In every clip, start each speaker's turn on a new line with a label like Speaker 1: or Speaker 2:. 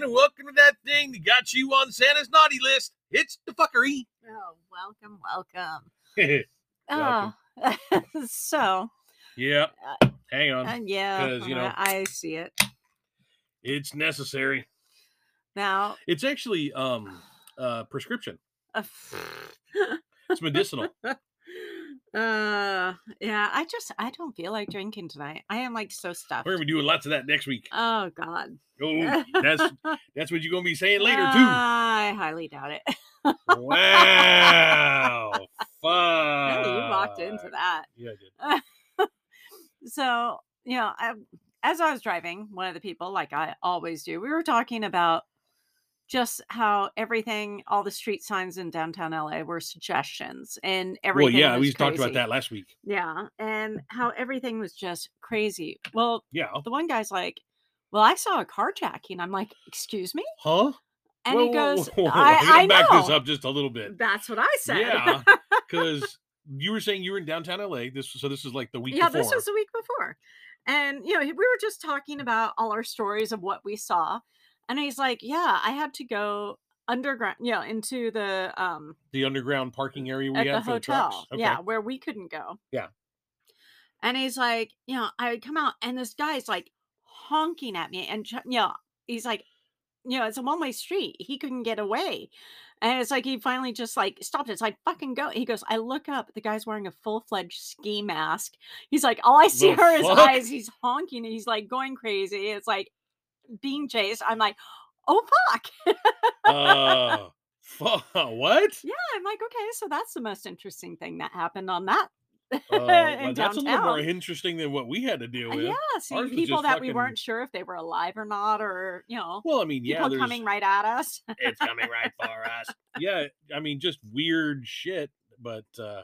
Speaker 1: remember that thing that got you on Santa's naughty list? It's the fuckery.
Speaker 2: Oh, welcome, welcome. Ah, so
Speaker 1: yeah.
Speaker 2: Uh,
Speaker 1: Hang on.
Speaker 2: uh, yeah,
Speaker 1: Um, 'cause, you
Speaker 2: uh,
Speaker 1: know-
Speaker 2: I see it
Speaker 1: it's necessary.
Speaker 2: now.
Speaker 1: It's actually um uh prescription.
Speaker 2: Uh,
Speaker 1: It's medicinal.
Speaker 2: uh, yeah, I just I don't feel like drinking tonight. I am like so stuffed.
Speaker 1: We're gonna be doing lots of that next week.
Speaker 2: Oh God.
Speaker 1: Oh, that's that's what you're gonna be saying later too.
Speaker 2: I highly doubt it.
Speaker 1: Wow. Fuck.
Speaker 2: Really, you walked
Speaker 1: Uh,
Speaker 2: into that.
Speaker 1: Yeah, I did.
Speaker 2: So, you know, I, as I was driving, one of the people, like I always do, we were talking about just how everything, all the street signs in downtown LA were suggestions and everything.
Speaker 1: well, yeah, we
Speaker 2: was
Speaker 1: talked about
Speaker 2: crazy.
Speaker 1: that Mm-hmm. last week.
Speaker 2: Yeah. And how everything was just crazy. Well,
Speaker 1: Yeah.
Speaker 2: the one guy's like, well, I saw a carjacking. I'm like, excuse me?
Speaker 1: Huh?
Speaker 2: And
Speaker 1: Whoa,
Speaker 2: he
Speaker 1: whoa,
Speaker 2: goes,
Speaker 1: whoa, whoa, whoa.
Speaker 2: I,
Speaker 1: I'm gonna
Speaker 2: I
Speaker 1: back
Speaker 2: know.
Speaker 1: this up just a little bit.
Speaker 2: That's what I said.
Speaker 1: Yeah, because you were saying you were in downtown LA. This so this is like the week
Speaker 2: yeah,
Speaker 1: before.
Speaker 2: this was the week before. And you know, we were just talking about all our stories of what we saw. And he's like, Yeah, I had to go underground, you know, into the um
Speaker 1: the underground parking area we
Speaker 2: at
Speaker 1: had
Speaker 2: the
Speaker 1: for the trucks.
Speaker 2: hotel.
Speaker 1: Okay.
Speaker 2: Yeah, where we couldn't go.
Speaker 1: Yeah.
Speaker 2: And he's like, you know, I would come out and this guy's like honking at me and tr- you know, he's like, you know, it's a one-way street. He couldn't get away. And it's like he finally just like stopped. It's like fucking go. He goes, I look up, the guy's wearing a full-fledged ski mask. He's like, all I see
Speaker 1: The
Speaker 2: are his
Speaker 1: fuck?
Speaker 2: eyes. He's honking and he's like going crazy. It's like being chased. I'm like, oh fuck.
Speaker 1: Uh, fuck, what?
Speaker 2: Yeah. I'm like, okay, so that's the most interesting thing that happened on that
Speaker 1: Uh, well,
Speaker 2: In
Speaker 1: that's a little more
Speaker 2: downtown.
Speaker 1: interesting than what we had to deal
Speaker 2: Uh,
Speaker 1: with.
Speaker 2: yeah, seeing
Speaker 1: Ours was
Speaker 2: people
Speaker 1: just
Speaker 2: that we
Speaker 1: fucking-
Speaker 2: weren't sure if they were alive or not, or you know,
Speaker 1: Well, I mean, yeah,
Speaker 2: people
Speaker 1: there's,
Speaker 2: coming right at us.
Speaker 1: it's coming right for us. Yeah, I mean, just weird shit. But uh,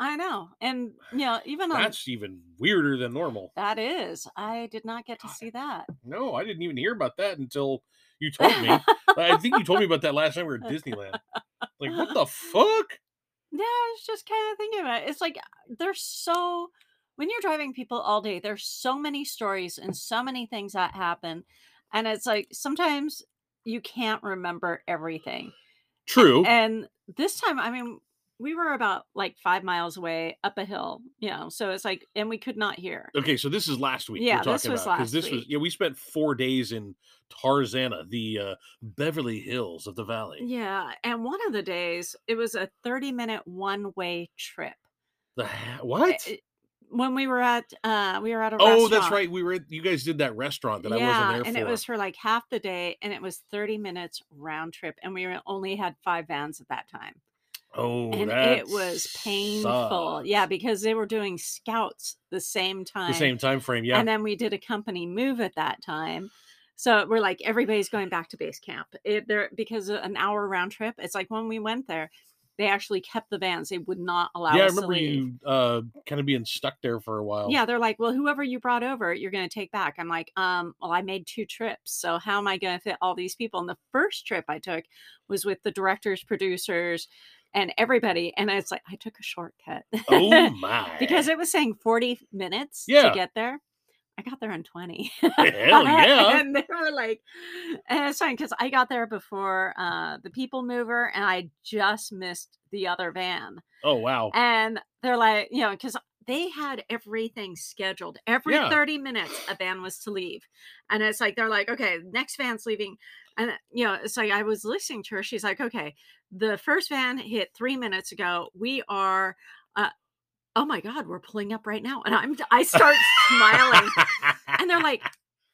Speaker 2: I know, and you know, even on
Speaker 1: that's even weirder than normal.
Speaker 2: that is, I did not get to see that.
Speaker 1: No, I didn't even hear about that until you told me. I think you told me about that last time we were at Disneyland. Like, what the fuck?
Speaker 2: Yeah, I was just kind of thinking about it. It's like uh, there's so when you're driving people all day, there's so many stories and so many things that happen, and it's like sometimes you can't remember everything.
Speaker 1: True.
Speaker 2: And this time, I mean, we were about like five miles away up a hill, you know, so it's like, and we could not hear.
Speaker 1: Okay, so this is last week.
Speaker 2: Yeah,
Speaker 1: we're talking
Speaker 2: this was
Speaker 1: about, 'cause
Speaker 2: last
Speaker 1: this was
Speaker 2: week.
Speaker 1: yeah. We spent four days in Tarzana, the uh, Beverly Hills of the Valley.
Speaker 2: Yeah. And one of the days, it was a 30 minute one way trip.
Speaker 1: The ha-
Speaker 2: Uh,
Speaker 1: what?
Speaker 2: uh, When we were at, uh, we were at a
Speaker 1: Oh, that's
Speaker 2: restaurant.
Speaker 1: right. We were at, you guys did that restaurant that
Speaker 2: yeah,
Speaker 1: I wasn't there
Speaker 2: and
Speaker 1: for.
Speaker 2: it was for like half the day, and it was thirty minutes round trip, and we were- only had five vans at that time,
Speaker 1: oh,
Speaker 2: and
Speaker 1: that
Speaker 2: it was painful. Yeah,
Speaker 1: sucks.
Speaker 2: because they were doing scouts the same time.
Speaker 1: the same time frame. Yeah,
Speaker 2: And then we did a company move at that time. So we're like, everybody's going back to base camp. It there because of an hour round trip. It's like when we went there, they actually kept the vans. They would not allow
Speaker 1: yeah. I
Speaker 2: us
Speaker 1: remember
Speaker 2: to leave.
Speaker 1: you uh, kind of being stuck there for a while.
Speaker 2: Yeah, they're like, well, whoever you brought over, you're going to take back. I'm like, um, well, I made two trips, so how am I going to fit all these people? And the first trip I took was with the directors, producers, and everybody, and it's like I took a shortcut
Speaker 1: Oh my.
Speaker 2: because it was saying 40 minutes
Speaker 1: Yeah.
Speaker 2: to get there. I got there in 20.
Speaker 1: Hell yeah.
Speaker 2: and they were like, and it's fine because I got there before uh, the people mover, and I just missed the other van.
Speaker 1: oh wow.
Speaker 2: And they're like, you know, because they had everything scheduled. Every
Speaker 1: Yeah.
Speaker 2: 30 minutes, a van was to leave. And it's like, they're like, okay, next van's leaving. And, you know, it's like I was listening to her. She's like, okay, the first van hit three minutes ago. We are, uh, oh my God, we're pulling up right now. And I'm, I start smiling. And they're like,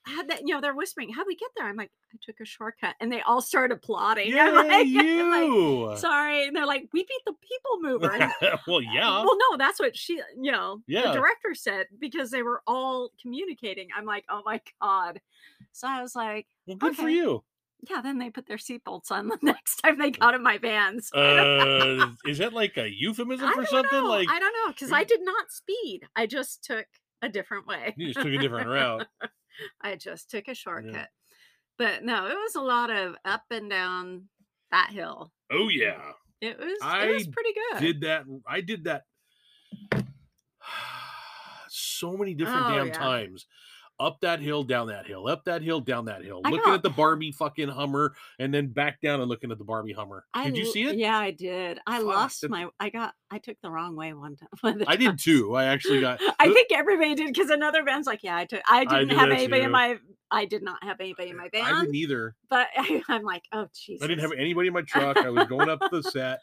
Speaker 2: how that you know they're whispering how we get there i'm like i took a shortcut and they all start applauding
Speaker 1: yeah,
Speaker 2: I'm like, I'm like,
Speaker 1: you.
Speaker 2: sorry and they're like we beat the people mover and
Speaker 1: well, yeah.
Speaker 2: well, no, that's what she, you know,
Speaker 1: Yeah.
Speaker 2: the director said because they were all communicating. I'm like, oh my god. So I was like,
Speaker 1: Well, good for
Speaker 2: okay.
Speaker 1: you.
Speaker 2: yeah. Then they put their seatbelts on the next time they got in my vans.
Speaker 1: Uh, is that like a euphemism
Speaker 2: I
Speaker 1: for
Speaker 2: don't
Speaker 1: something?
Speaker 2: know.
Speaker 1: Like
Speaker 2: I don't know because I did not speed. I just took a different way.
Speaker 1: you just took a different route.
Speaker 2: I just took a shortcut. But no, it was a lot of up and down that hill.
Speaker 1: Oh yeah.
Speaker 2: It was.
Speaker 1: I
Speaker 2: it was pretty good.
Speaker 1: did that i did that so many different
Speaker 2: Oh,
Speaker 1: damn
Speaker 2: yeah.
Speaker 1: times up that hill, down that hill, up that hill, down that hill,
Speaker 2: I
Speaker 1: looking
Speaker 2: know.
Speaker 1: at the Barbie fucking Hummer, and then back down and looking at the Barbie Hummer.
Speaker 2: I
Speaker 1: Did you
Speaker 2: l-
Speaker 1: see it?
Speaker 2: Yeah, I did. I
Speaker 1: Fuck,
Speaker 2: lost
Speaker 1: that-
Speaker 2: my. I got. I took the wrong way one time. one of the
Speaker 1: I did
Speaker 2: times.
Speaker 1: too. I actually got.
Speaker 2: I think everybody did because another band's like, yeah, I took. I didn't
Speaker 1: did
Speaker 2: have
Speaker 1: that
Speaker 2: anybody
Speaker 1: too.
Speaker 2: in my. I did not have anybody in my
Speaker 1: I
Speaker 2: band,
Speaker 1: didn't either.
Speaker 2: but I, I'm like, oh Jesus.
Speaker 1: I didn't have anybody in my truck. I was going up the set.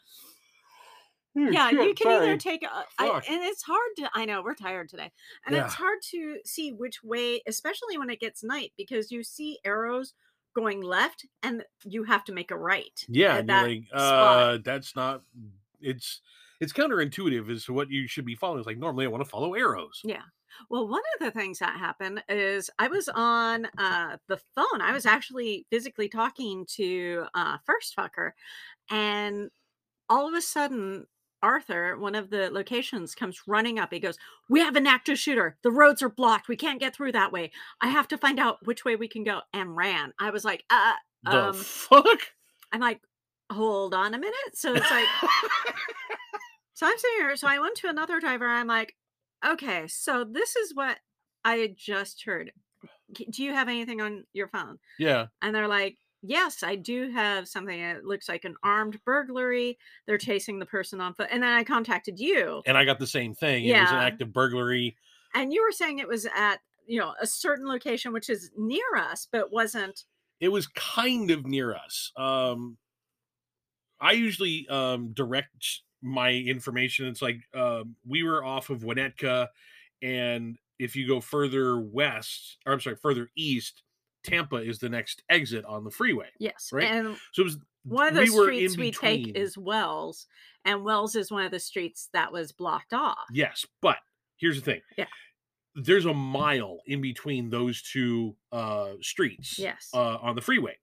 Speaker 1: Oh,
Speaker 2: yeah,
Speaker 1: shit,
Speaker 2: you can
Speaker 1: sorry.
Speaker 2: either take a, I,
Speaker 1: Fuck.
Speaker 2: and it's hard to I know we're tired today. And
Speaker 1: Yeah.
Speaker 2: it's hard to see which way, especially when it gets night because you see arrows going left and you have to make a right.
Speaker 1: Yeah,
Speaker 2: at
Speaker 1: and you're
Speaker 2: that
Speaker 1: like,
Speaker 2: spot.
Speaker 1: uh, that's not. It's it's counterintuitive as to what you should be following. It's like normally I want to follow arrows.
Speaker 2: Well, one of the things that happened is I was on uh, the phone. I was actually physically talking to uh, First Fucker, and all of a sudden, Arthur, one of the locations, comes running up. He goes, "We have an active shooter. The roads are blocked. We can't get through that way. I have to find out which way we can go." And ran. I was like, "Uh,
Speaker 1: The
Speaker 2: um,
Speaker 1: fuck.
Speaker 2: I'm like, hold on a minute." So it's like. So I'm sitting here. So I went to another driver. I'm like, okay, so this is what I had just heard. K- Do you have anything on your phone?
Speaker 1: yeah,
Speaker 2: And they're like, yes, I do have something. It looks like an armed burglary. They're chasing the person on foot. And then I contacted you,
Speaker 1: and I got the same thing. It was an
Speaker 2: Yeah.
Speaker 1: act of burglary.
Speaker 2: and you were saying it was at you know a certain location which is near us, but wasn't.
Speaker 1: It was kind of near us. Um, I usually um direct my information. It's like um, we were off of Winnetka, and if you go further west, or I'm sorry, further east, Tampa is the next exit on the freeway.
Speaker 2: Yes,
Speaker 1: Right.
Speaker 2: and
Speaker 1: So it was
Speaker 2: one of
Speaker 1: we
Speaker 2: the
Speaker 1: were
Speaker 2: streets
Speaker 1: in
Speaker 2: we take
Speaker 1: between.
Speaker 2: is Wells, and Wells is one of the streets that was blocked off.
Speaker 1: Yes, but here's the thing.
Speaker 2: Yeah.
Speaker 1: There's a mile in between those two uh streets
Speaker 2: Yes.
Speaker 1: uh on the freeway.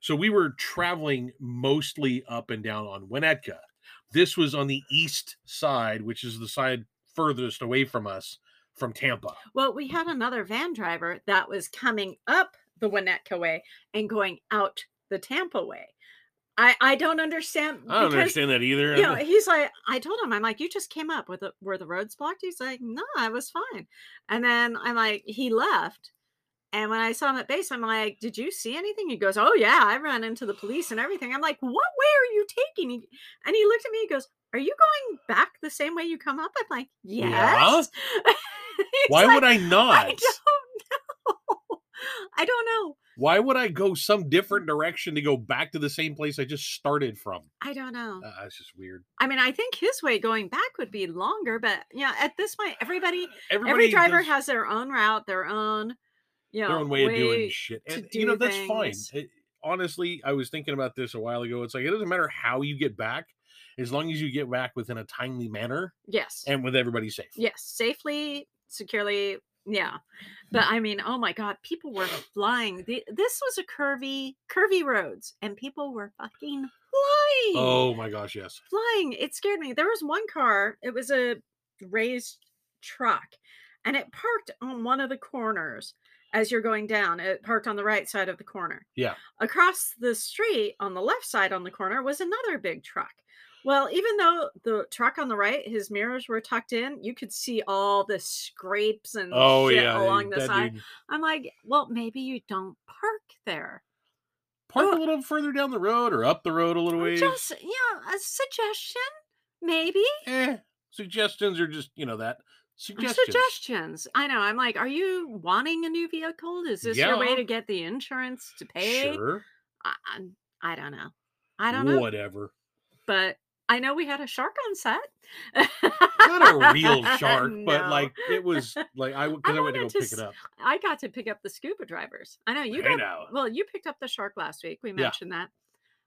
Speaker 1: So we were traveling mostly up and down on Winnetka. This was on the east side, which is the side furthest away from us from Tampa.
Speaker 2: Well, we had another van driver that was coming up the Winnetka way and going out the Tampa way. I I don't understand.
Speaker 1: I don't
Speaker 2: because,
Speaker 1: understand that either.
Speaker 2: You know, he's like, I told him, I'm like, you just came up with the, were the roads blocked? He's like, no, I was fine. And then I'm like, he left. And when I saw him at base, I'm like, did you see anything? He goes, oh yeah, I ran into the police and everything. I'm like, what way are you taking? He- And he looked at me, he goes, are you going back the same way you come up? I'm like,
Speaker 1: Yeah?
Speaker 2: yes. He's
Speaker 1: Why
Speaker 2: like,
Speaker 1: would I not?
Speaker 2: I don't know. I don't know.
Speaker 1: Why would I go some
Speaker 2: Mm.
Speaker 1: different direction to go back to the same place I just started from?
Speaker 2: I don't know.
Speaker 1: Uh, that's just weird.
Speaker 2: I mean, I think his way going back would be longer, but yeah, at this point, everybody,
Speaker 1: Everybody
Speaker 2: every driver
Speaker 1: does-
Speaker 2: has their own route, their own, you know,
Speaker 1: their own way, of doing shit.
Speaker 2: to
Speaker 1: And you know,
Speaker 2: do
Speaker 1: that's
Speaker 2: things.
Speaker 1: fine. It- honestly, I was thinking about this a while ago. It's like it doesn't matter how you get back, as long as you get back within a timely manner
Speaker 2: Yes.
Speaker 1: and with everybody safe.
Speaker 2: yes. Safely, securely. Yeah. But I mean, oh my God, people were flying. The, this was a curvy, curvy roads, and people were fucking flying.
Speaker 1: Oh my gosh, yes.
Speaker 2: flying. It scared me. There was one car, it was a raised truck, and it parked on one of the corners as you're going down. It parked on the right side of the corner.
Speaker 1: Yeah.
Speaker 2: Across the street on the left side on the corner was another big truck. Well, even though the truck on the right, his mirrors were tucked in, you could see all the scrapes and
Speaker 1: Oh
Speaker 2: shit
Speaker 1: yeah,
Speaker 2: along the
Speaker 1: that
Speaker 2: side.
Speaker 1: dude.
Speaker 2: I'm like, well, maybe you don't park there.
Speaker 1: Park
Speaker 2: Oh.
Speaker 1: a little further down the road or up the road a little ways.
Speaker 2: Just, yeah, a suggestion, maybe.
Speaker 1: Eh, suggestions are just you know that
Speaker 2: Uh,
Speaker 1: suggestions.
Speaker 2: suggestions. I know. I'm like, are you wanting a new vehicle? Is this your way
Speaker 1: Yeah.
Speaker 2: to get the insurance to pay?
Speaker 1: Sure,
Speaker 2: I, I'm- I, don't know. I don't know.
Speaker 1: Whatever.
Speaker 2: But I know we had a shark on set.
Speaker 1: Not a real shark, but
Speaker 2: No.
Speaker 1: like it was like I because
Speaker 2: I
Speaker 1: I, went to go
Speaker 2: wanted to
Speaker 1: pick
Speaker 2: s-
Speaker 1: it up.
Speaker 2: I got to pick up the scuba drivers. I know you
Speaker 1: Hey
Speaker 2: got.
Speaker 1: now.
Speaker 2: Well, you picked up the shark last week. We
Speaker 1: Yeah.
Speaker 2: mentioned that.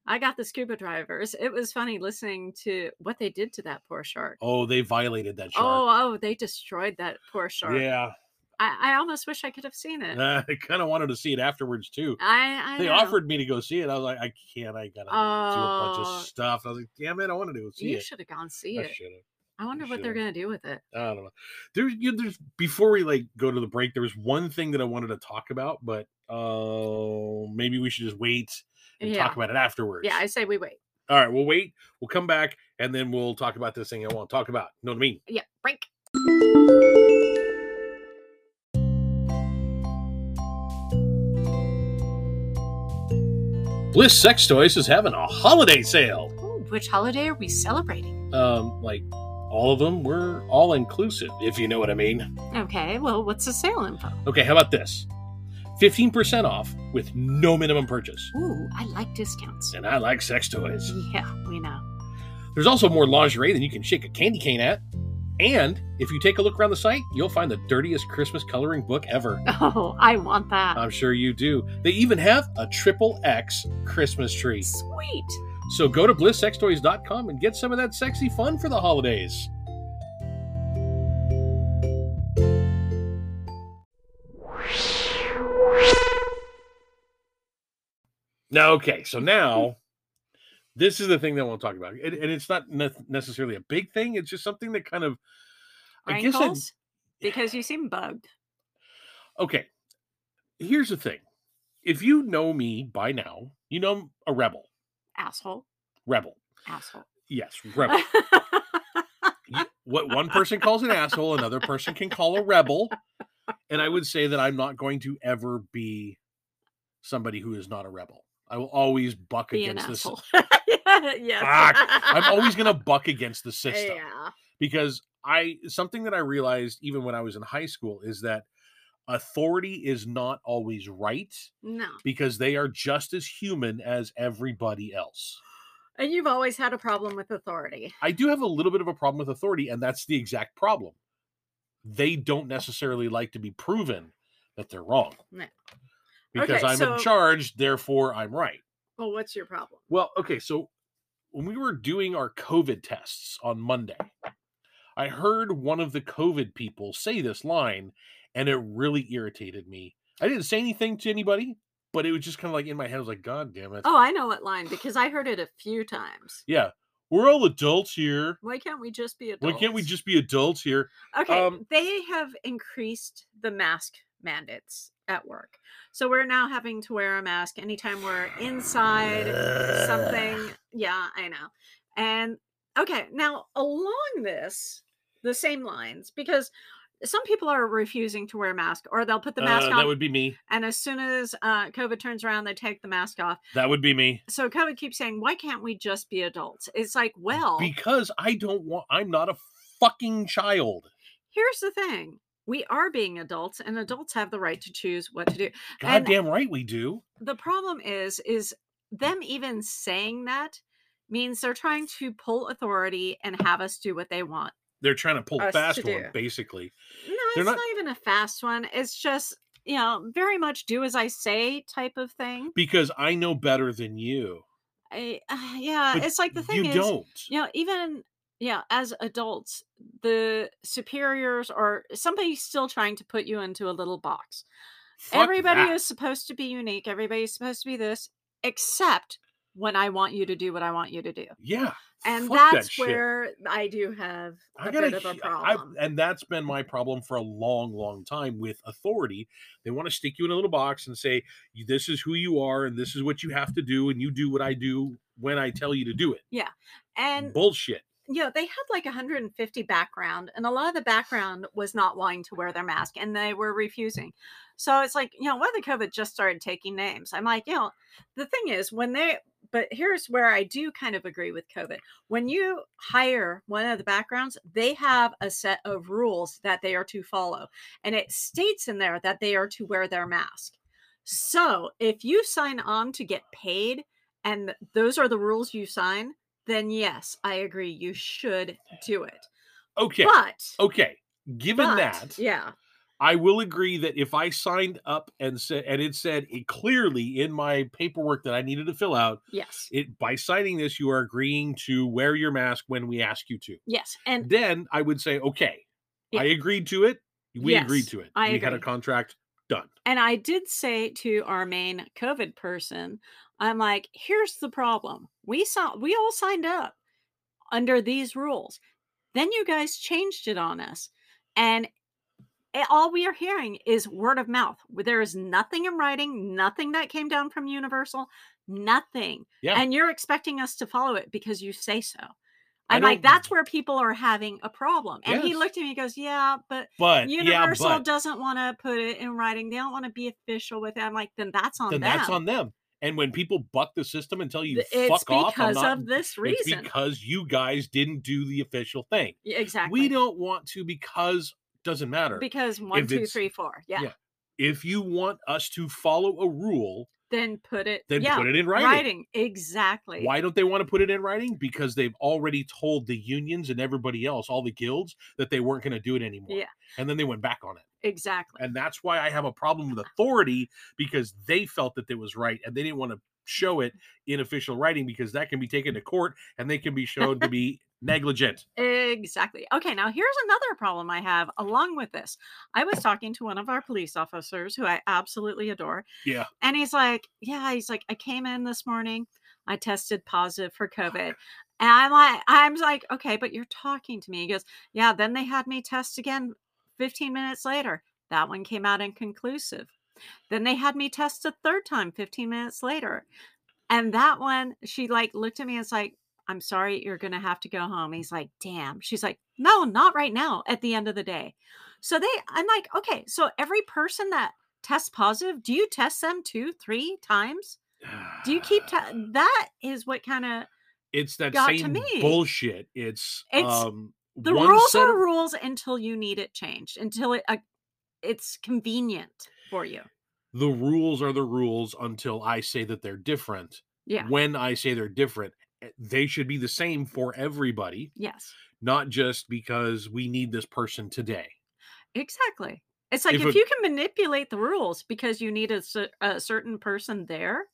Speaker 2: I got the scuba drivers. It was funny listening to what they did to that poor shark.
Speaker 1: Oh, they violated that shark.
Speaker 2: Oh, oh, they destroyed that poor shark.
Speaker 1: yeah,
Speaker 2: I, I almost wish I could have seen it.
Speaker 1: I kind of wanted to see it afterwards too.
Speaker 2: I, I
Speaker 1: they
Speaker 2: know.
Speaker 1: offered me to go see it. I was like, I can't. I gotta do a bunch
Speaker 2: Oh.
Speaker 1: of stuff. I was like, damn it, I want to go see
Speaker 2: you
Speaker 1: it.
Speaker 2: should have gone see
Speaker 1: I
Speaker 2: it.
Speaker 1: should have.
Speaker 2: I wonder what they're
Speaker 1: shoulda.
Speaker 2: gonna do with it.
Speaker 1: I don't know. There's, you, there's before we like go to the break. There was one thing that I wanted to talk about, but uh, maybe we should just wait and
Speaker 2: yeah,
Speaker 1: talk about it afterwards.
Speaker 2: yeah. I say we wait.
Speaker 1: All right, we'll wait. We'll come back and then we'll talk about this thing I want to talk about. You know what I mean?
Speaker 2: Yeah, break.
Speaker 1: Bliss Sex Toys is having a holiday sale.
Speaker 2: Ooh, which holiday are we celebrating?
Speaker 1: Um, like all of them, we're all inclusive, if you know what I mean.
Speaker 2: Okay, well, what's the sale info?
Speaker 1: Okay, how about this? 15% off with no minimum purchase.
Speaker 2: Ooh, I like discounts.
Speaker 1: And I like sex toys.
Speaker 2: Yeah, we know.
Speaker 1: There's also more lingerie than you can shake a candy cane at. And if you take a look around the site, you'll find the dirtiest Christmas coloring book ever.
Speaker 2: Oh, I want that.
Speaker 1: I'm sure you do. They even have a triple X Christmas tree.
Speaker 2: Sweet.
Speaker 1: So go to blisssextoys.com and get some of that sexy fun for the holidays. Now, okay, so now this is the thing that I want to talk about, and, and it's not ne- necessarily a big thing. It's just something that kind of, I guess, I,
Speaker 2: Wrinkles? Because you seem bugged.
Speaker 1: okay. Here's the thing: if you know me by now, you know I'm a rebel.
Speaker 2: Asshole.
Speaker 1: Rebel.
Speaker 2: Asshole.
Speaker 1: Yes, rebel. You- what one person calls an asshole, another person can call a rebel. And I would say that I'm not going to ever be somebody who is not a rebel. I will always buck
Speaker 2: Be an
Speaker 1: against this.
Speaker 2: asshole. yes.
Speaker 1: Fuck, I'm always going to buck against the system
Speaker 2: Yeah.
Speaker 1: because I something that I realized even when I was in high school is that authority is not always right
Speaker 2: No.
Speaker 1: because they are just as human as everybody else.
Speaker 2: And you've always had a problem with authority.
Speaker 1: I do have a little bit of a problem with authority, and that's the exact problem. They don't necessarily like to be proven that they're wrong.
Speaker 2: No.
Speaker 1: Because
Speaker 2: Okay,
Speaker 1: I'm
Speaker 2: so-
Speaker 1: in charge, therefore I'm right.
Speaker 2: Well, what's your problem?
Speaker 1: Well, okay, so when we were doing our COVID tests on Monday, I heard one of the COVID people say this line, and it really irritated me. I didn't say anything to anybody, but it was just kind of like in my head, I was like, God damn it.
Speaker 2: Oh, I know what line because I heard it a few times.
Speaker 1: Yeah, we're all adults here.
Speaker 2: Why can't we just be
Speaker 1: Why
Speaker 2: adults?
Speaker 1: can't we just be adults here?
Speaker 2: Okay,
Speaker 1: um,
Speaker 2: they have increased the mask mandates at work. So we're now having to wear a mask anytime we're inside something. Yeah, I know. And okay, now along this, the same lines, because some people are refusing to wear a mask or they'll put the mask
Speaker 1: Uh,
Speaker 2: on
Speaker 1: That would be me.
Speaker 2: and as soon as uh, covid turns around they take the mask off
Speaker 1: That would be me.
Speaker 2: so covid keeps saying why can't we just be adults it's like well
Speaker 1: Because I don't want. I'm not a fucking child.
Speaker 2: here's the thing we are being adults and adults have the right to choose what to do And-
Speaker 1: Goddamn right we do.
Speaker 2: the problem is is them even saying that means they're trying to pull authority and have us do what they want
Speaker 1: They're trying to pull a
Speaker 2: Us to
Speaker 1: fast one,
Speaker 2: do.
Speaker 1: basically.
Speaker 2: no
Speaker 1: They're
Speaker 2: it's
Speaker 1: not-
Speaker 2: not... even a fast one it's just you know very much do as i say type of thing
Speaker 1: Because I know better than you.
Speaker 2: I, uh, yeah
Speaker 1: But
Speaker 2: it's like the thing
Speaker 1: you
Speaker 2: is
Speaker 1: don't.
Speaker 2: you know even yeah as adults the superiors or somebody's still trying to put you into a little box
Speaker 1: Fuck
Speaker 2: everybody
Speaker 1: that.
Speaker 2: is supposed to be unique everybody's supposed to be this except when i want you to do what i want you to do
Speaker 1: Yeah.
Speaker 2: and
Speaker 1: fuck that
Speaker 2: that's
Speaker 1: shit.
Speaker 2: where i do have a
Speaker 1: I gotta.
Speaker 2: bit of a
Speaker 1: he- I-
Speaker 2: problem
Speaker 1: and that's been my problem for a long, long time with authority. They want to stick you in a little box and say, "You- "This is who you are, and this is what you have to do, and you do what I do when I tell you to do it."
Speaker 2: and
Speaker 1: Bullshit.
Speaker 2: you know they had like 150 background and a lot of the background was not wanting to wear their mask and they were refusing so it's like you know whether covid just started taking names i'm like you know the thing is when they but here's where i do kind of agree with covid when you hire one of the backgrounds they have a set of rules that they are to follow and it states in there that they are to wear their mask so if you sign on to get paid and those are the rules you sign then yes, I agree. You should do it.
Speaker 1: Okay.
Speaker 2: But
Speaker 1: okay. Given
Speaker 2: but,
Speaker 1: that,
Speaker 2: yeah,
Speaker 1: I will agree that if I signed up and said and it said it clearly in my paperwork that I needed to fill out,
Speaker 2: yes,
Speaker 1: it by signing this you are agreeing to wear your mask when we ask you to.
Speaker 2: yes, and
Speaker 1: Then I would say, okay,
Speaker 2: Yeah.
Speaker 1: I agreed to it. We agreed
Speaker 2: Yes,
Speaker 1: to it.
Speaker 2: I
Speaker 1: we had a
Speaker 2: agree.
Speaker 1: contract done.
Speaker 2: and I did say to our main COVID person, I'm like, here's the problem. We saw we all signed up under these rules. Then you guys changed it on us, and it- all we are hearing is word of mouth. There is nothing in writing, nothing that came down from Universal, nothing.
Speaker 1: Yeah.
Speaker 2: And you're expecting us to follow it because you say so.
Speaker 1: I
Speaker 2: I'm like,
Speaker 1: don't-
Speaker 2: that's where people are having a problem. And he
Speaker 1: Yes.
Speaker 2: looked at me and goes, Yeah, but
Speaker 1: But
Speaker 2: Universal
Speaker 1: Uh, yeah, but
Speaker 2: doesn't want to put it in writing. They don't want to be official with it. I'm like, then that's on
Speaker 1: then
Speaker 2: them.
Speaker 1: that's on them. And when people buck the system and tell you
Speaker 2: Th- It's
Speaker 1: fuck off, I'm
Speaker 2: because
Speaker 1: not
Speaker 2: of this
Speaker 1: it's
Speaker 2: reason.
Speaker 1: because you guys didn't do the official thing.
Speaker 2: Y- exactly.
Speaker 1: We don't want to because doesn't matter.
Speaker 2: because one, two,
Speaker 1: it's-
Speaker 2: three, four. Yeah.
Speaker 1: yeah. if you want us to follow a rule,
Speaker 2: Then put it.
Speaker 1: then
Speaker 2: yeah.
Speaker 1: put it in
Speaker 2: writing.
Speaker 1: writing.
Speaker 2: Exactly.
Speaker 1: Why don't they want to put it in writing? Because they've already told the unions and everybody else, all the guilds, that they weren't going to do it anymore.
Speaker 2: Yeah.
Speaker 1: And then they went back on it.
Speaker 2: Exactly.
Speaker 1: And that's why I have a problem with authority because they felt that it was right and they didn't want to show it in official writing because that can be taken to court and they can be shown to be negligent.
Speaker 2: Exactly. Okay, now here's another problem I have along with this. I was talking to one of our police officers who I absolutely adore.
Speaker 1: Yeah.
Speaker 2: And he's like, Yeah, he's like, I came in this morning, I tested positive for COVID. And I'm like, I'm like, okay, but you're talking to me. He goes, Yeah, then they had me test again 15 minutes later. That one came out inconclusive. Then they had me test a third time 15 minutes later. And that one, she like looked at me and was like, I'm sorry, you're going to have to go home. He's like, damn. She's like, no, not right now at the end of the day. So they, I'm like, okay, so every person that tests positive, do you test them two, three times? Do you keep, te- that is what kind of,
Speaker 1: it's that
Speaker 2: got to
Speaker 1: same
Speaker 2: me?
Speaker 1: bullshit. It's,
Speaker 2: It's-
Speaker 1: um
Speaker 2: the
Speaker 1: one
Speaker 2: rules
Speaker 1: set
Speaker 2: are
Speaker 1: of-
Speaker 2: rules until you need it changed, until it, uh, it's convenient for you.
Speaker 1: the rules are the rules until I say that they're different.
Speaker 2: Yeah.
Speaker 1: When I say they're different, eh, they should be the same for everybody,
Speaker 2: Yes,
Speaker 1: not just because we need this person today.
Speaker 2: exactly. It's like if,
Speaker 1: If a-
Speaker 2: you can manipulate the rules because you need a, cer- a certain person there.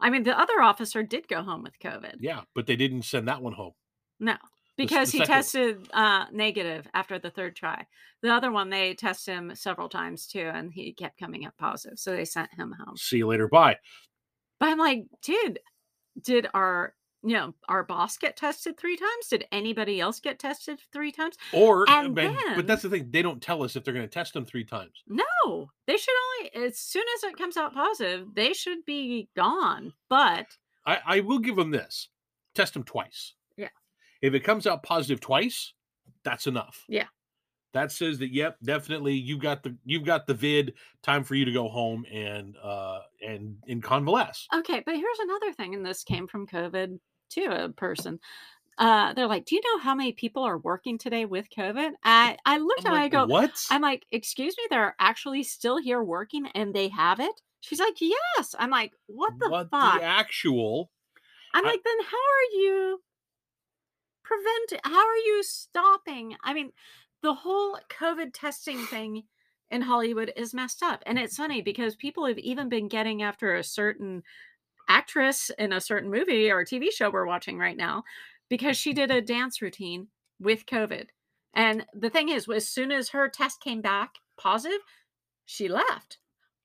Speaker 2: I mean, the other officer did go home with COVID.
Speaker 1: Yeah, but they didn't send that one home.
Speaker 2: No,
Speaker 1: the
Speaker 2: because he
Speaker 1: second-
Speaker 2: tested uh, negative after the third try. The other one, they test him several times too, and he kept coming up positive. So they sent him home.
Speaker 1: See you later. Bye.
Speaker 2: But I'm like, dude, did our you know our boss get tested three times? Did anybody else get tested three times?
Speaker 1: Or
Speaker 2: And
Speaker 1: but- but
Speaker 2: then-
Speaker 1: that's the thing, they don't tell us if they're going to test them three times.
Speaker 2: No, they should only as soon as it comes out positive, they should be gone. But
Speaker 1: I, I will give them this: test them twice.
Speaker 2: Yeah.
Speaker 1: If it comes out positive twice, that's enough.
Speaker 2: Yeah.
Speaker 1: That says that yep, definitely you got the you've got the vid. Time for you to go home and uh and and convalesce.
Speaker 2: Okay, but here's another thing, and this came from COVID too. A person, uh, they're like, "Do you know how many people are working today with COVID?" I I looked
Speaker 1: I'm
Speaker 2: at, her, I
Speaker 1: like,
Speaker 2: go,
Speaker 1: what?
Speaker 2: I'm like, "Excuse me, they're actually still here working, and they have it." She's like, "Yes." I'm like, "What the
Speaker 1: what
Speaker 2: fuck?"
Speaker 1: the actual?
Speaker 2: I'm
Speaker 1: I-
Speaker 2: like, "Then how are you preventing? How are you stopping?" I mean, the whole COVID testing thing in Hollywood is messed up, and it's funny because people have even been getting after a certain actress in a certain movie or TV show we're watching right now because she did a dance routine with COVID. And the thing is, as soon as her test came back positive, she left.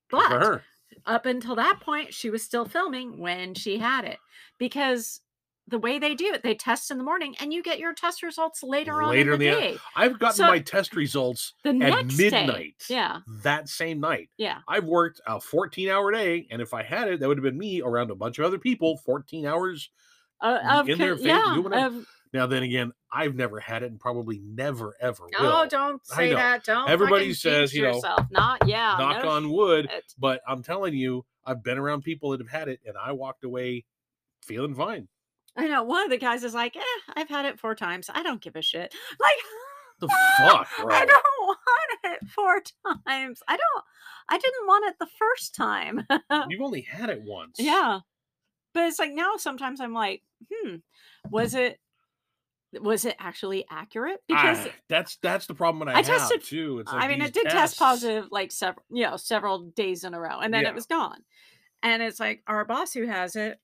Speaker 1: Good for
Speaker 2: But
Speaker 1: her.
Speaker 2: up until that point, she was still filming when she had it because the way they do it, they test in the morning and you get your test results later, on in
Speaker 1: Later
Speaker 2: the,
Speaker 1: in the a-
Speaker 2: day.
Speaker 1: I've gotten
Speaker 2: so-
Speaker 1: my test results
Speaker 2: The
Speaker 1: at
Speaker 2: next day.
Speaker 1: midnight.
Speaker 2: Yeah.
Speaker 1: That same night.
Speaker 2: Yeah.
Speaker 1: I've worked a 14 hour day, and if I had it, that would have been me around a bunch of other people, 14 hours.
Speaker 2: Uh,
Speaker 1: You
Speaker 2: of,
Speaker 1: in there,
Speaker 2: co-
Speaker 1: Faith, you
Speaker 2: yeah.
Speaker 1: wanna-
Speaker 2: of-
Speaker 1: Now, then again, I've never had it and probably never, ever will.
Speaker 2: oh, don't
Speaker 1: I
Speaker 2: say
Speaker 1: know.
Speaker 2: that. Don't. fucking
Speaker 1: Everybody
Speaker 2: jinx
Speaker 1: says, you know,
Speaker 2: yourself. Not, yeah.
Speaker 1: Knock
Speaker 2: oh, no
Speaker 1: on wood.
Speaker 2: shit.
Speaker 1: But I'm telling you, I've been around people that have had it, and I walked away feeling fine.
Speaker 2: I know one of the guys is like, eh, I've had it four times. I don't give a shit. Like
Speaker 1: The fuck,
Speaker 2: I
Speaker 1: bro?
Speaker 2: don't want it four times. I don't I didn't want it the first time.
Speaker 1: You've only had it once.
Speaker 2: yeah. But it's like now sometimes I'm like, hmm, was it was it actually accurate? Because
Speaker 1: Ah, that's that's the problem that I,
Speaker 2: I
Speaker 1: have
Speaker 2: tested-
Speaker 1: too. It's like
Speaker 2: I mean,
Speaker 1: these
Speaker 2: it did
Speaker 1: tests-
Speaker 2: test positive like several, you know, several days in a row, and then
Speaker 1: Yeah.
Speaker 2: it was gone. And it's like our boss who has it,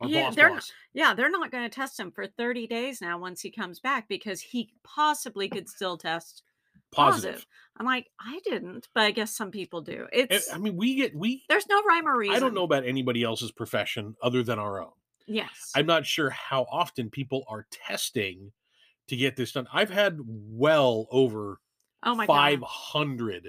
Speaker 1: Our
Speaker 2: Yeah,
Speaker 1: boss
Speaker 2: they're not-
Speaker 1: boss.
Speaker 2: yeah, they're not going to test him for 30 days now once he comes back because he possibly could still test
Speaker 1: positive.
Speaker 2: I'm like, I didn't, but I guess some people do.
Speaker 1: I-
Speaker 2: It's
Speaker 1: I mean, we get we.
Speaker 2: there's no rhyme or reason.
Speaker 1: I don't know about anybody else's profession other than our own.
Speaker 2: Yes.
Speaker 1: I'm not sure how often people are testing to get this done. I've had well over
Speaker 2: oh my god.
Speaker 1: 500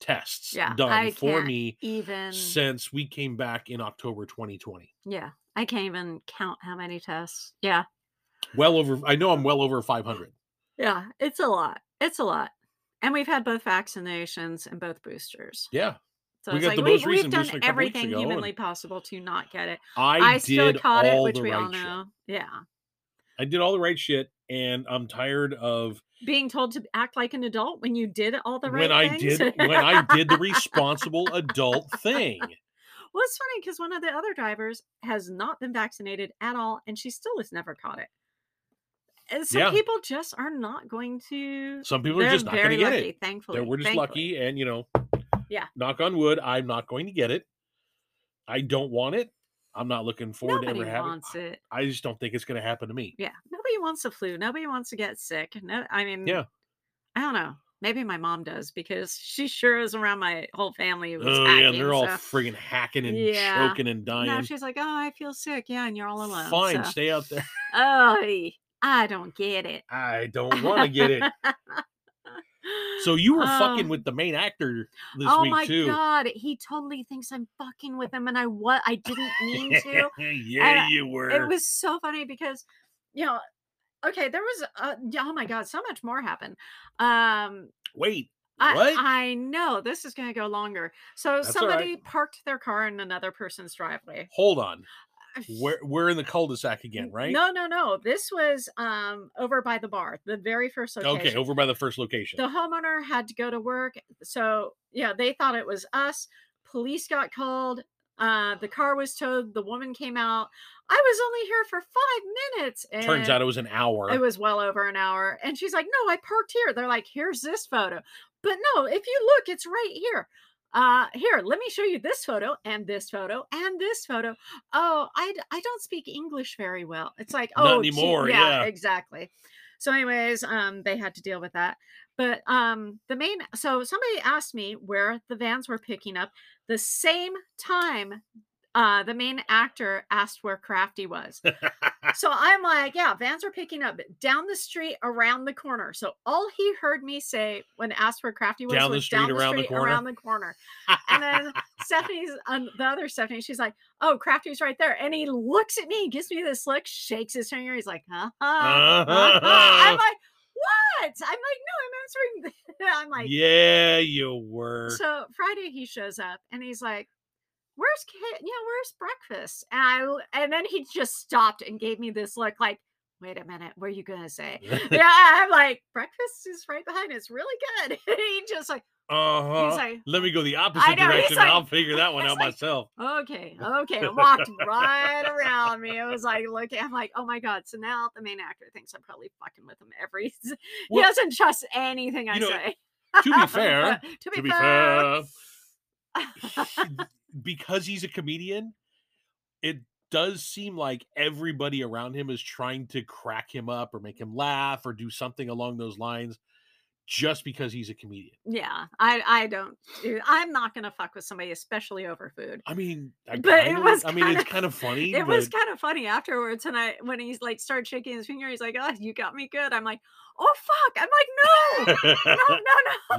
Speaker 1: tests
Speaker 2: Yeah,
Speaker 1: done
Speaker 2: I
Speaker 1: for
Speaker 2: can't
Speaker 1: me
Speaker 2: Even
Speaker 1: since we came back in October 2020.
Speaker 2: yeah, I can't even count how many tests. Yeah,
Speaker 1: Well over I know I'm well over 500.
Speaker 2: yeah, it's a lot. It's a lot, and we've had both vaccinations and both boosters.
Speaker 1: Yeah.
Speaker 2: So
Speaker 1: We
Speaker 2: it's
Speaker 1: got
Speaker 2: like
Speaker 1: the
Speaker 2: we,
Speaker 1: most
Speaker 2: have
Speaker 1: recent just
Speaker 2: done
Speaker 1: a couple weeks
Speaker 2: everything
Speaker 1: ago, and
Speaker 2: humanly possible to not get it.
Speaker 1: I,
Speaker 2: I,
Speaker 1: did
Speaker 2: still caught it,
Speaker 1: all
Speaker 2: which
Speaker 1: the
Speaker 2: we
Speaker 1: right
Speaker 2: all
Speaker 1: shit.
Speaker 2: know. Yeah.
Speaker 1: I did all the right shit, and I'm tired of
Speaker 2: Being told to act like an adult when you did all the right
Speaker 1: when I
Speaker 2: things.
Speaker 1: did when I did the responsible adult thing.
Speaker 2: Well, it's funny because one of the other drivers has not been vaccinated at all, and she still has never caught it. And some
Speaker 1: Yeah.
Speaker 2: people just are not going to.
Speaker 1: Some people
Speaker 2: They're
Speaker 1: are just not going to
Speaker 2: very
Speaker 1: get
Speaker 2: lucky,
Speaker 1: it.
Speaker 2: thankfully.
Speaker 1: They're, we're just
Speaker 2: thankfully.
Speaker 1: lucky, and you know,
Speaker 2: Yeah.
Speaker 1: Knock on wood, I'm not going to get it. I don't want it. I'm not looking forward to
Speaker 2: Nobody
Speaker 1: ever having.
Speaker 2: wants it.
Speaker 1: I just don't think it's going to happen to me.
Speaker 2: Yeah, nobody wants the flu. Nobody wants to get sick. No, I mean,
Speaker 1: Yeah.
Speaker 2: I don't know. Maybe my mom does because she sure is around my whole family. who was
Speaker 1: Oh yeah,
Speaker 2: hacking,
Speaker 1: they're all
Speaker 2: so-
Speaker 1: friggin' hacking and
Speaker 2: Yeah.
Speaker 1: choking and
Speaker 2: Now
Speaker 1: dying.
Speaker 2: she's like, "Oh, I feel sick. Yeah, and you're all alone."
Speaker 1: Fine,
Speaker 2: so-
Speaker 1: stay out there.
Speaker 2: Oh, I don't get it.
Speaker 1: I don't want to get it. So you were fucking
Speaker 2: Um,
Speaker 1: with the main actor this
Speaker 2: oh
Speaker 1: week
Speaker 2: my
Speaker 1: too.
Speaker 2: god, he totally thinks I'm fucking with him, and I what I didn't mean to.
Speaker 1: yeah,
Speaker 2: I-
Speaker 1: you were.
Speaker 2: it was so funny because, you know, okay, there was uh, yeah, oh my god, so much more happened. Um,
Speaker 1: Wait, what?
Speaker 2: I, I know this is going to go longer. So
Speaker 1: That's all right.
Speaker 2: somebody parked their car in another person's driveway.
Speaker 1: Hold on. We're we're in the cul-de-sac again,
Speaker 2: N-
Speaker 1: right?
Speaker 2: No, no, no. This was um over by the bar, the very first location.
Speaker 1: Okay, over by the first location.
Speaker 2: the homeowner had to go to work so yeah they thought it was us police got called uh the car was towed the woman came out i was only here for five minutes and
Speaker 1: Turns out it was an hour.
Speaker 2: it was well over an hour and she's like no i parked here they're like here's this photo but no if you look it's right here uh here let me show you this photo and this photo and this photo oh i d- i don't speak english very well it's like
Speaker 1: Not
Speaker 2: oh gee,"
Speaker 1: anymore, yeah.
Speaker 2: exactly so anyways um they had to deal with that but um the main so somebody asked me where the vans were picking up the same time uh the main actor asked where crafty was so I'm like, yeah, vans are picking up down the street around the corner. So all he heard me say when asked where Crafty was
Speaker 1: Down the
Speaker 2: was
Speaker 1: street,
Speaker 2: down the
Speaker 1: around the
Speaker 2: street
Speaker 1: corner."
Speaker 2: around the corner. And then Stephanie's um, the other Stephanie, she's like, oh, Crafty's right there. And he looks at me, gives me this look, shakes his finger. He's like, huh? huh, huh,
Speaker 1: Uh-huh.
Speaker 2: huh." I'm like, what? I'm like, no, I'm answering. th- I'm like,
Speaker 1: yeah, you were.
Speaker 2: so Friday he shows up and he's like, "Where's kid? You know, where's breakfast?" And I l- and then he just stopped and gave me this look like, "Wait a minute, what are you gonna say?" yeah, I'm like, "Breakfast is right behind. It's really good." and he just like,
Speaker 1: uh-huh.
Speaker 2: he's like,
Speaker 1: Let me go the opposite
Speaker 2: know, he's
Speaker 1: direction.
Speaker 2: like-
Speaker 1: and I'll figure that one
Speaker 2: he's
Speaker 1: out
Speaker 2: like-
Speaker 1: myself.
Speaker 2: "Okay, okay," and walked right around me. It was like, "Look," I'm like, "Oh my god!" So now the main actor thinks I'm probably fucking with him every. s-
Speaker 1: Well,
Speaker 2: he doesn't trust anything I
Speaker 1: you know,
Speaker 2: say.
Speaker 1: to be fair,
Speaker 2: But
Speaker 1: to be fair, he- because he's a comedian, it does seem like everybody around him is trying to crack him up or make him laugh or do something along those lines just because he's a comedian.
Speaker 2: Yeah, I I don't. do- I'm not gonna fuck with somebody, especially over food.
Speaker 1: I mean, I
Speaker 2: But it
Speaker 1: kinda-
Speaker 2: was
Speaker 1: I mean, it's
Speaker 2: kinda-
Speaker 1: kind of funny.
Speaker 2: It was
Speaker 1: but
Speaker 2: kind of funny afterwards, and I when he's like started shaking his finger, he's like, "Oh, you got me good." I'm like, "Oh fuck!" I'm like, "No, no, no, no!"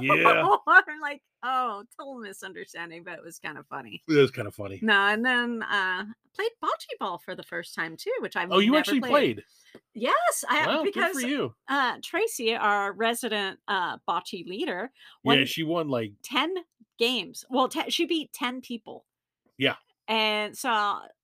Speaker 1: Yeah.
Speaker 2: I'm like, "Oh, total misunderstanding," but it was kind of funny.
Speaker 1: it was kind of funny.
Speaker 2: No, and then uh played bocce ball for the first time too, which I've
Speaker 1: Oh, you
Speaker 2: never
Speaker 1: actually
Speaker 2: played.
Speaker 1: played.
Speaker 2: Yes, I
Speaker 1: Wow, good
Speaker 2: because
Speaker 1: for you.
Speaker 2: uh Tracy, our resident uh bocce leader,
Speaker 1: Yeah,
Speaker 2: when-
Speaker 1: she won like
Speaker 2: 10 games. Well, 10, she beat 10 people.
Speaker 1: Yeah.
Speaker 2: And so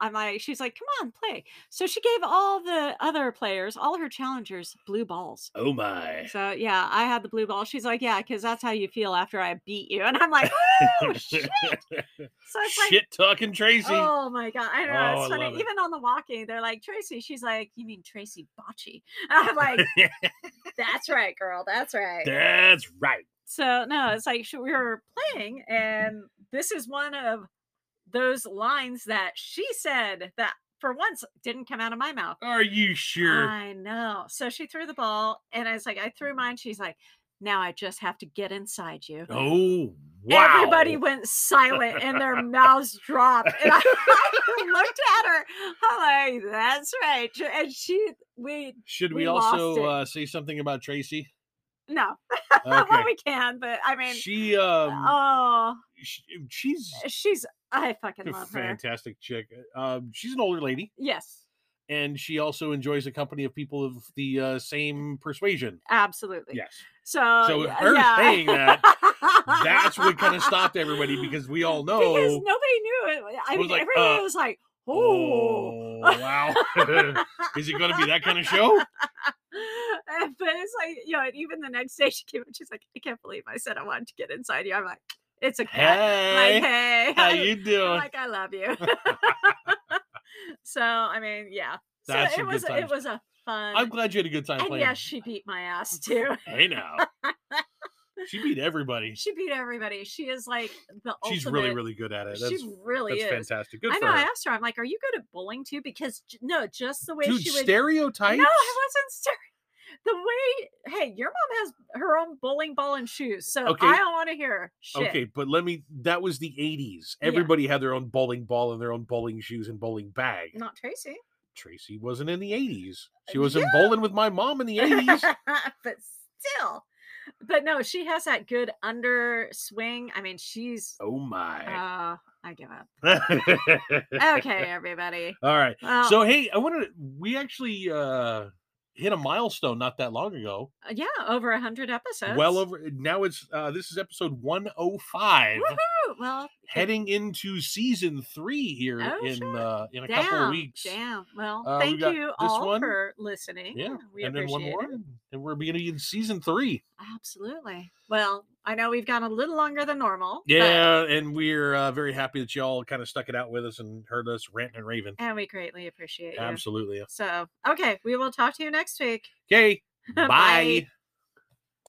Speaker 2: I'm like, she's like, come on, play. So she gave all the other players, all her challengers, blue balls.
Speaker 1: oh my.
Speaker 2: So yeah, I had the blue ball. She's like, yeah, because that's how you feel after I beat you. And I'm like, oh, shit. So it's like,
Speaker 1: Shit talking Tracy.
Speaker 2: oh my God. I know.
Speaker 1: Oh,
Speaker 2: it's
Speaker 1: I
Speaker 2: funny.
Speaker 1: love it.
Speaker 2: Even on the walking, they're like, Tracy. She's like, you mean Tracy Bocce? And I'm like, that's right, girl. That's right.
Speaker 1: That's right.
Speaker 2: So no, it's like sh- we were playing, and this is one of those lines that she said that for once didn't come out of my mouth.
Speaker 1: Are you sure?
Speaker 2: I know. So she threw the ball, and I was like, I threw mine. She's like, now I just have to get inside you.
Speaker 1: oh wow.
Speaker 2: Everybody went silent and their mouths dropped. And I, I looked at her. I'm like, that's right. And she, we,
Speaker 1: Should we,
Speaker 2: we lost
Speaker 1: also
Speaker 2: it.
Speaker 1: uh, say something about Tracy?
Speaker 2: no,
Speaker 1: Okay.
Speaker 2: we can, but I mean,
Speaker 1: she um
Speaker 2: oh,
Speaker 1: sh- she's
Speaker 2: she's, I fucking
Speaker 1: a
Speaker 2: love her.
Speaker 1: fantastic chick. Um she's an older lady
Speaker 2: Yes.
Speaker 1: and she also enjoys the company of people of the uh, same persuasion.
Speaker 2: Absolutely.
Speaker 1: Yes.
Speaker 2: So,
Speaker 1: So
Speaker 2: yeah,
Speaker 1: her
Speaker 2: yeah.
Speaker 1: saying that, That's what kind of stopped everybody because we all know
Speaker 2: because nobody knew it. I
Speaker 1: It
Speaker 2: mean,
Speaker 1: was like,
Speaker 2: everybody
Speaker 1: uh,
Speaker 2: was like, "Oh."
Speaker 1: Oh, wow. Is it going to be that kind of show?
Speaker 2: And- but it's like, you know, and even the next day she came and she's like, I can't believe I said I wanted to get inside you. I'm like, it's a cat.
Speaker 1: Hey,
Speaker 2: like, hey,
Speaker 1: how
Speaker 2: I-
Speaker 1: you
Speaker 2: I'm
Speaker 1: doing?
Speaker 2: like, I love you. so, I mean, yeah. So
Speaker 1: That's
Speaker 2: it
Speaker 1: some good
Speaker 2: was, it
Speaker 1: times.
Speaker 2: was a fun.
Speaker 1: I'm glad you had a good time
Speaker 2: and
Speaker 1: playing.
Speaker 2: yes, she beat my ass too.
Speaker 1: Hey now, she beat everybody.
Speaker 2: She beat everybody. She is like the
Speaker 1: She's
Speaker 2: ultimate.
Speaker 1: really, really good at it. That's,
Speaker 2: she really
Speaker 1: that's
Speaker 2: is.
Speaker 1: fantastic. Good
Speaker 2: I
Speaker 1: for
Speaker 2: know. I
Speaker 1: her.
Speaker 2: asked her. I'm like, "Are you good at bowling too?" Because j- no, just the way
Speaker 1: Dude,
Speaker 2: she would.
Speaker 1: stereotypes.
Speaker 2: No, I wasn't staring. The way, hey, your mom has her own bowling ball and shoes, so
Speaker 1: Okay.
Speaker 2: I don't want to hear shit.
Speaker 1: Okay, but let me. That was the 80s.
Speaker 2: Yeah.
Speaker 1: Everybody had their own bowling ball and their own bowling shoes and bowling bag.
Speaker 2: Not Tracy.
Speaker 1: Tracy wasn't in the 80s.
Speaker 2: Uh,
Speaker 1: She was in bowling with my mom in the 80s.
Speaker 2: but still, but no, she has that good under swing. I mean, she's.
Speaker 1: oh my.
Speaker 2: Uh, uh, I give up. Okay, everybody.
Speaker 1: All right.
Speaker 2: Well,
Speaker 1: So hey, I wanted to, we actually uh hit a milestone not that long ago.
Speaker 2: uh, yeah, over a hundred episodes.
Speaker 1: Well over now it's uh this is episode 105
Speaker 2: Woohoo! Well,
Speaker 1: heading into season 3 here
Speaker 2: Oh,
Speaker 1: in
Speaker 2: sure.
Speaker 1: uh in a
Speaker 2: damn,
Speaker 1: couple of weeks.
Speaker 2: Damn. Well,
Speaker 1: Uh, we
Speaker 2: thank
Speaker 1: got
Speaker 2: you
Speaker 1: this
Speaker 2: all
Speaker 1: one.
Speaker 2: for listening.
Speaker 1: Yeah.
Speaker 2: we
Speaker 1: and then one
Speaker 2: appreciate
Speaker 1: more
Speaker 2: it.
Speaker 1: and- and we're beginning in season 3.
Speaker 2: Absolutely. Well, I know we've gone a little longer than normal. but-
Speaker 1: Yeah, and we're uh, very happy that y'all kind of stuck it out with us and heard us ranting and raving.
Speaker 2: and we greatly appreciate you.
Speaker 1: Absolutely.
Speaker 2: So, okay, we will talk to you next week.
Speaker 1: Okay.
Speaker 2: Bye.
Speaker 1: bye.